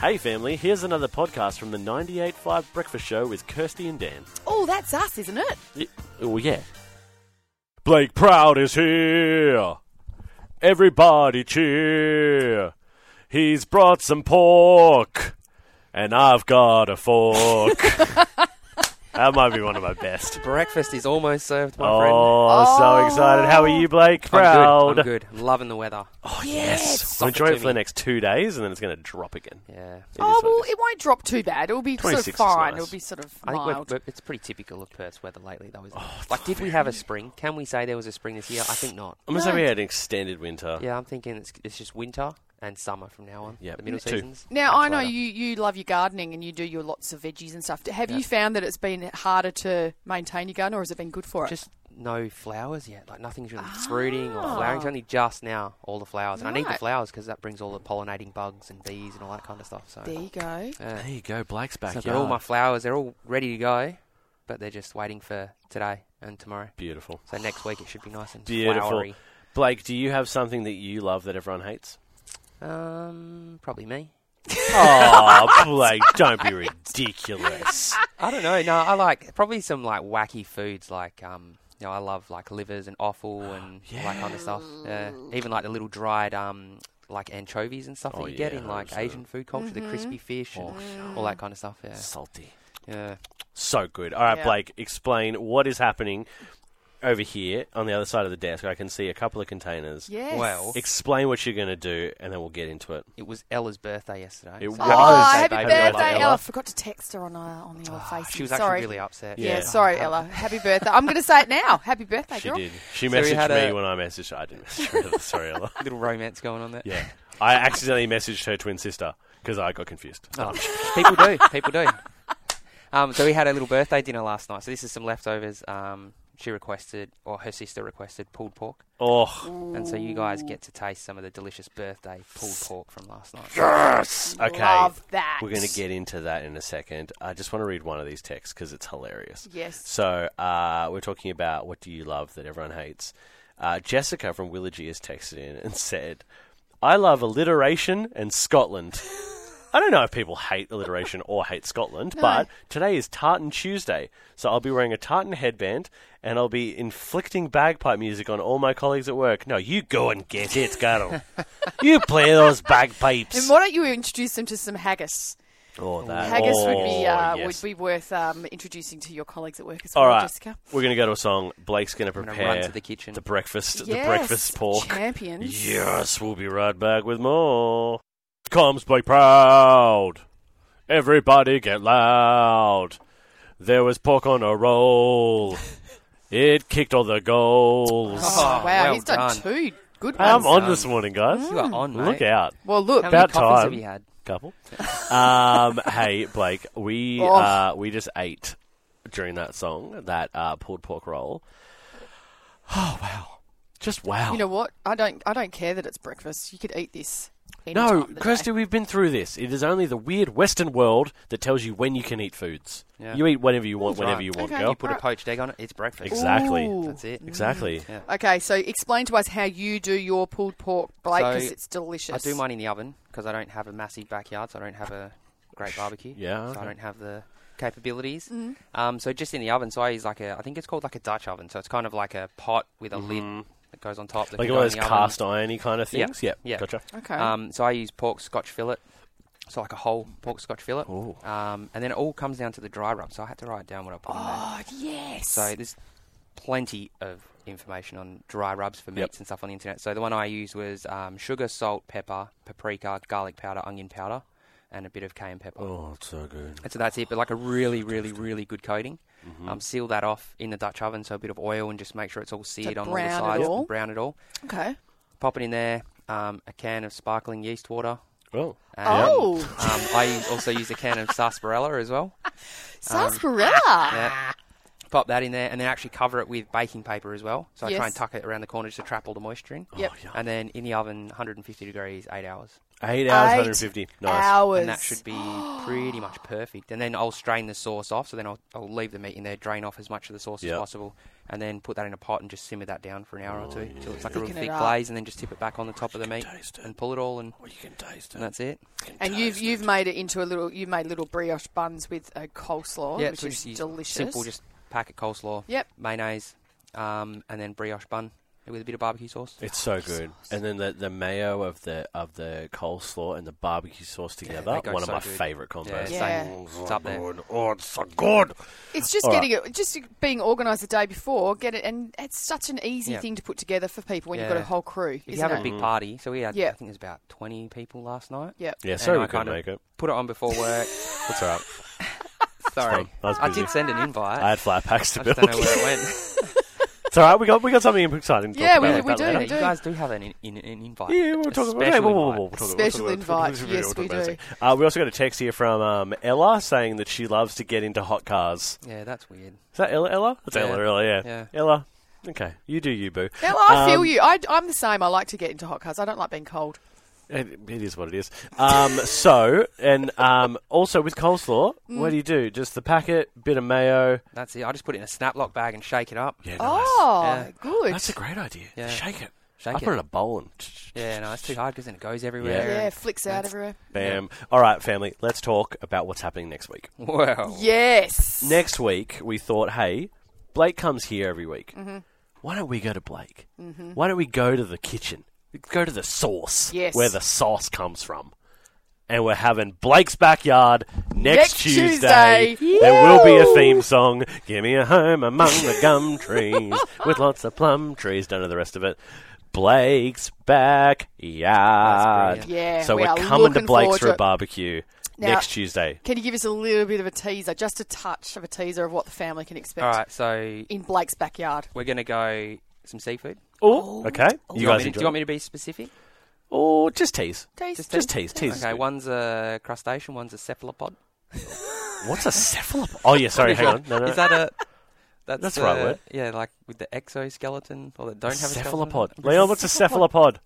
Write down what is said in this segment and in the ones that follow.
Hey, family, here's another podcast from the 98.5 Breakfast Show with Kirsty and Dan. Oh, that's us, isn't it? Y- Oh, yeah. Blake Proud is here. Everybody cheer. He's brought some pork. And I've got a fork. that might be one of my best. Breakfast is almost served, my friend. Oh, so Oh. excited. How are you, Blake? I'm Proud. good. I'm good. I'm loving the weather. Oh, yes. Yes. I'll enjoy Offer it to for the me. next two days, and then it's going to drop again. Yeah. It Oh, is what it well, is. it won't drop too bad. It'll be sort 26 of is fine. nice. It'll be sort of I think we're, mild. we're- it's pretty typical of Perth's weather lately, though, Oh, isn't it? like, did we have a spring? Can we say there was a spring this year? I think not. I'm going to say we No. had an extended winter. Yeah, I'm thinking it's, it's just winter and summer from now on. Yeah, the middle me too. seasons. Now Much I know later. you, you love your gardening and you do your lots of veggies and stuff. Have Yeah. you found that it's been harder to maintain your garden, or has it been good for it? Just no flowers yet. Like nothing's really fruiting or Ah. flowering. It's only just now all the flowers, and I need the Right. flowers because that brings all the pollinating bugs and bees and all that kind of stuff. So there you go. yeah. There you go, Blake's So I've backyard. got all my flowers. They're all ready to go, but they're just waiting for today and tomorrow. Beautiful. So next week it should be nice and Beautiful. flowery. Blake, do you have something that you love that everyone hates? Um, probably me. Oh, Blake, don't be ridiculous. I don't know. No, I like probably some like wacky foods like um, you know, I love like livers and offal and all that kind of stuff. Yeah, even like the little dried um, like anchovies and stuff Oh, that you get yeah, in like 100%. Asian food culture, the crispy Mm-hmm. fish and all that kind of stuff. Yeah, Salty. yeah. So good. All right, Yeah. Blake, explain what is happening over here on the other side of the desk. I can see a couple of containers. Yes. Well, Explain what you're going to do, and then we'll get into it. It was Ella's birthday yesterday. It so- was. Oh, Happy happy, birthday, birthday, Ella. Ella. I forgot to text her on uh, on Oh, the old Facebook. Ah, She was actually sorry. really upset. yeah. Yeah. sorry, Ella. Happy birthday. I'm going to say it now. Happy birthday, She girl. did. She So we messaged had me a- when I messaged her. I didn't message her. Sorry, Ella. Little romance going on there. Yeah. I accidentally messaged her twin sister because I got confused. Oh, people do. People do. Um, so we had a little birthday dinner last night. So this is some leftovers. Um, she requested, or her sister requested, pulled pork. Oh, And so you guys get to taste some of the delicious birthday pulled pork from last night. okay. Love that. We're going to get into that in a second. I just want to read one of these texts because it's hilarious. Yes. So uh, we're talking about what do you love that everyone hates. Uh, Jessica from Willogy has texted in and said, "I love alliteration and Scotland." I don't know if people hate alliteration or hate Scotland, but today is Tartan Tuesday, so I'll be wearing a tartan headband and I'll be inflicting bagpipe music on all my colleagues at work. No, you go and get it, girl. you play those bagpipes. And why don't you introduce them to some haggis? Oh, that. Haggis oh, would be uh, yes. would be worth um, introducing to your colleagues at work as well, All right, Jessica. we're going to go to a song. Blake's going to gonna prepare run to the kitchen. the breakfast, Yes, the breakfast pork. champions. Yes, we'll be right back with more. Comes Blake Proud. Everybody get loud. There was pork on a roll. It kicked all the goals. Oh, wow, Oh, well he's done, done. two good ones. I'm Um, on this morning, guys. You are on, mate. Look out. well, look, How About many coffees time. have you had? couple. um, hey, Blake, we Oh. uh, we just ate during that song that uh, pulled pork roll. Oh wow, just wow. you know what? I don't I don't care that it's breakfast. You could eat this. any time no, of the day. Kirsty, we've been through this. It is only the weird Western world that tells you when you can eat foods. Yeah. You eat whenever you want, That's right. Mm. whenever you want, Okay. girl. You Put a poached egg on it. It's breakfast. exactly, Ooh. That's it. exactly. Yeah. Okay, so explain to us how you do your pulled pork, Blake, So, because it's delicious. I do mine in the oven because I don't have a massive backyard, so I don't have a great barbecue. Yeah, So okay. I don't have the capabilities. Um, so just in the oven. So I use like a, I think it's called like a Dutch oven. So it's kind of like a pot with a lid that goes on top. Mm-hmm. That Like can all go in those the oven. cast irony kind of Yeah, things. Yeah, yeah. gotcha. Okay. Um, so I use pork scotch fillet. So like a whole pork scotch fillet. Ooh. Um, and then it all comes down to the dry rub. So I had to write down what I put in there. oh yes. So there's plenty of information on dry rubs for meats Yep. and stuff on the internet. So the one I used was um, sugar, salt, pepper, paprika, garlic powder, onion powder, and a bit of cayenne pepper. Oh, it's so good. And so that's it, but like a really, really, really good coating. Mm-hmm. Um, seal that off in the Dutch oven, so a bit of oil and just make sure it's all seared on all the brown it sides, all? and brown it all. okay. Pop it in there, um, a can of sparkling yeast water. Oh, And, Oh. Um, I use- also use a can of sarsaparilla as well. Sarsaparilla. Yeah. Pop that in there, and then actually cover it with baking paper as well. So I Yes. try and tuck it around the corner just to trap all the moisture in. Yep. Oh, yeah. And then in the oven, 150 degrees, eight hours, Eight hours, Eight 150. Nice. Hours. and that should be pretty much perfect. And then I'll strain the sauce off. So then I'll, I'll leave the meat in there, drain off as much of the sauce Yep. Oh, as possible, and then put that in a pot and just simmer that down for an hour or two till it's like a real Thicken it thick up. glaze, and then just tip it back on the top of the meat taste it. and pull it all, and, Well, you can taste eh? it. and that's it. And you've you've made it into a little. You made little brioche buns with a coleslaw, yeah, which so is just use delicious. Simple, just packet coleslaw, Yep. mayonnaise, um, and then brioche bun with a bit of barbecue sauce. It's so good. And then the, the mayo of the of the coleslaw and the barbecue sauce together, they go one of so my good. favorite combos. Yeah. same. It's up there. Oh, it's so good. It's just All right. getting it, just being organised the day before. Get it, and it's such an easy Yeah. thing to put together for people when you've got Yeah. a whole crew. If you isn't have a it? big party, so we had Yeah. I think there's about 20 people last night. Yep. Yeah, sorry I we couldn't kinda- make it. Put it on before work. That's all right. Sorry, I was I busy. did send an invite. I had flat packs to I build. just don't know where it went. it's all right. We got we got something exciting. To Yeah, talk we- about we later. do, we you do. guys do have an, in, in, an invite. Yeah, we'll A talk about special hey, whoa, whoa, invite. whoa, we'll talk about- Special we'll talk about- invite. we'll talk Yes, about- we'll talk we about it. Uh, we also got a text here from um, Ella saying that she loves to get into hot cars. Yeah, that's weird. Is that Ella? Ella? That's Yeah. Ella, Ella, yeah. Yeah. Ella. Okay, you do you, boo. Now, I feel Um, you. I, I'm the same. I like to get into hot cars. I don't like being cold. It, it is what it is. Um, so, and um, also with coleslaw, Mm. what do you do? Just the packet, bit of mayo. That's it. I just put it in a snaplock bag and shake it up. Yeah, nice. Oh, Yeah. good. That's a great idea. Yeah. Shake it. Shake I it. put it in a bowl and Yeah, no, it's too hard because then it goes Yeah. everywhere. yeah, and- flicks out everywhere. bam. All right, family, let's talk about what's happening next week. Wow. Yes. Next week, we thought, hey, Blake comes here every week. Why don't we go to Blake? Why don't we go to the kitchen? Go to the sauce, Yes. where the sauce comes from. And we're having Blake's backyard next, Next Tuesday. Tuesday. There will be a Woo! theme song. Give me a home among the gum trees with lots of plum trees. Don't know the rest of it. Blake's backyard. That's brilliant. Yeah, So we are are coming to looking Blake's forward for a to it. barbecue Now- next Tuesday. Can you give us a little bit of a teaser, just a touch of a teaser of what the family can expect All right, so in Blake's backyard? we're going to go some seafood. Oh, okay. Do You guys want me to- enjoy. do you want me to be specific? Or Oh, just tease. Taste. Just, just tease. Tease. Okay, one's a crustacean, one's a cephalopod. What's a cephalopod? Oh, yeah, sorry, hang on. No, no. Is that a? That's, That's the right uh, word. Yeah, like with the exoskeleton, or that don't have a cephalopod. skeleton. Leon, what's a cephalopod?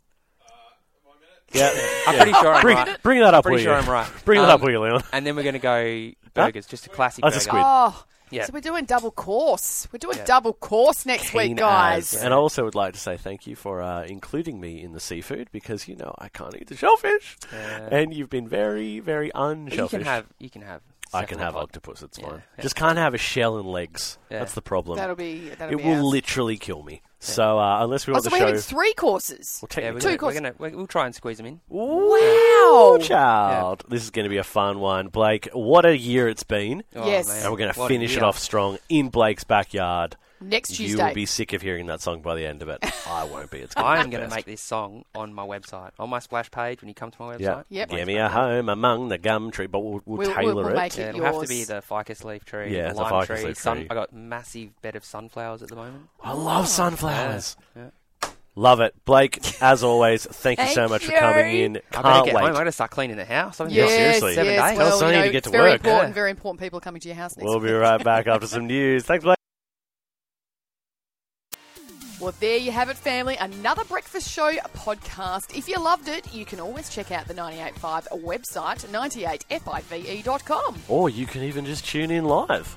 Yeah. I'm yeah. pretty sure I'm Bring, right. bring that up, Pretty will sure you? I'm right. Bring that up, Um, will you, Leon? And then we're going to go burgers, just a classic. That's a burger. squid. Oh, Yeah. so we're doing double course. We're doing Yeah. double course next Keen week, guys. as. And I also would like to say thank you for uh, including me in the seafood because, you know, I can't eat the shellfish. Yeah. And you've been very, very Uh, But unshellfish. You can have. You can have. I can have cephalopod. octopus, it's Yeah, fine. yeah. Just can't have a shell and legs. Yeah. That's the problem. That'll be that'll it be will ours. literally kill me. So uh, unless we Oh, want so the we're show, having three courses. well, Yeah, we're technically, gonna, course. we're gonna, we will try and squeeze them in. Wow, child! This is going to be a fun one, Blake. What a year it's been, Oh, Yes. man, and we're going to what a finish it year. off strong in Blake's backyard. Next You Tuesday. will be sick of hearing that song by the end of it. I won't be. It's gonna I am be going to best. make this song on my website, on my splash page. When you come to my website, Yeah, Yep. give me a home among the gum tree, but we'll, we'll, We'll- tailor we'll- we'll it. make it. Yeah, it'll have to be yours. the ficus leaf tree, Yeah, the the lime ficus tree. leaf sun, tree. I got massive bed of sunflowers at the moment. I love sunflowers. Yeah. Love it, Blake. As always, thank you so Thank much for coming you. in. I better Can't get Uh, wait. home. I gotta start cleaning the house. I haven't Yeah, yes, got- seriously. Seven yes. days. Tell Well, Sonia you know, to get to very work. Important, Yeah. Very important people coming to your house next We'll week. be right back after some news. Thanks, Blake. Well, there you have it, family. Another Breakfast Show podcast. If you loved it, you can always check out the 98.5 website, 98five.com. Or you can even just tune in live.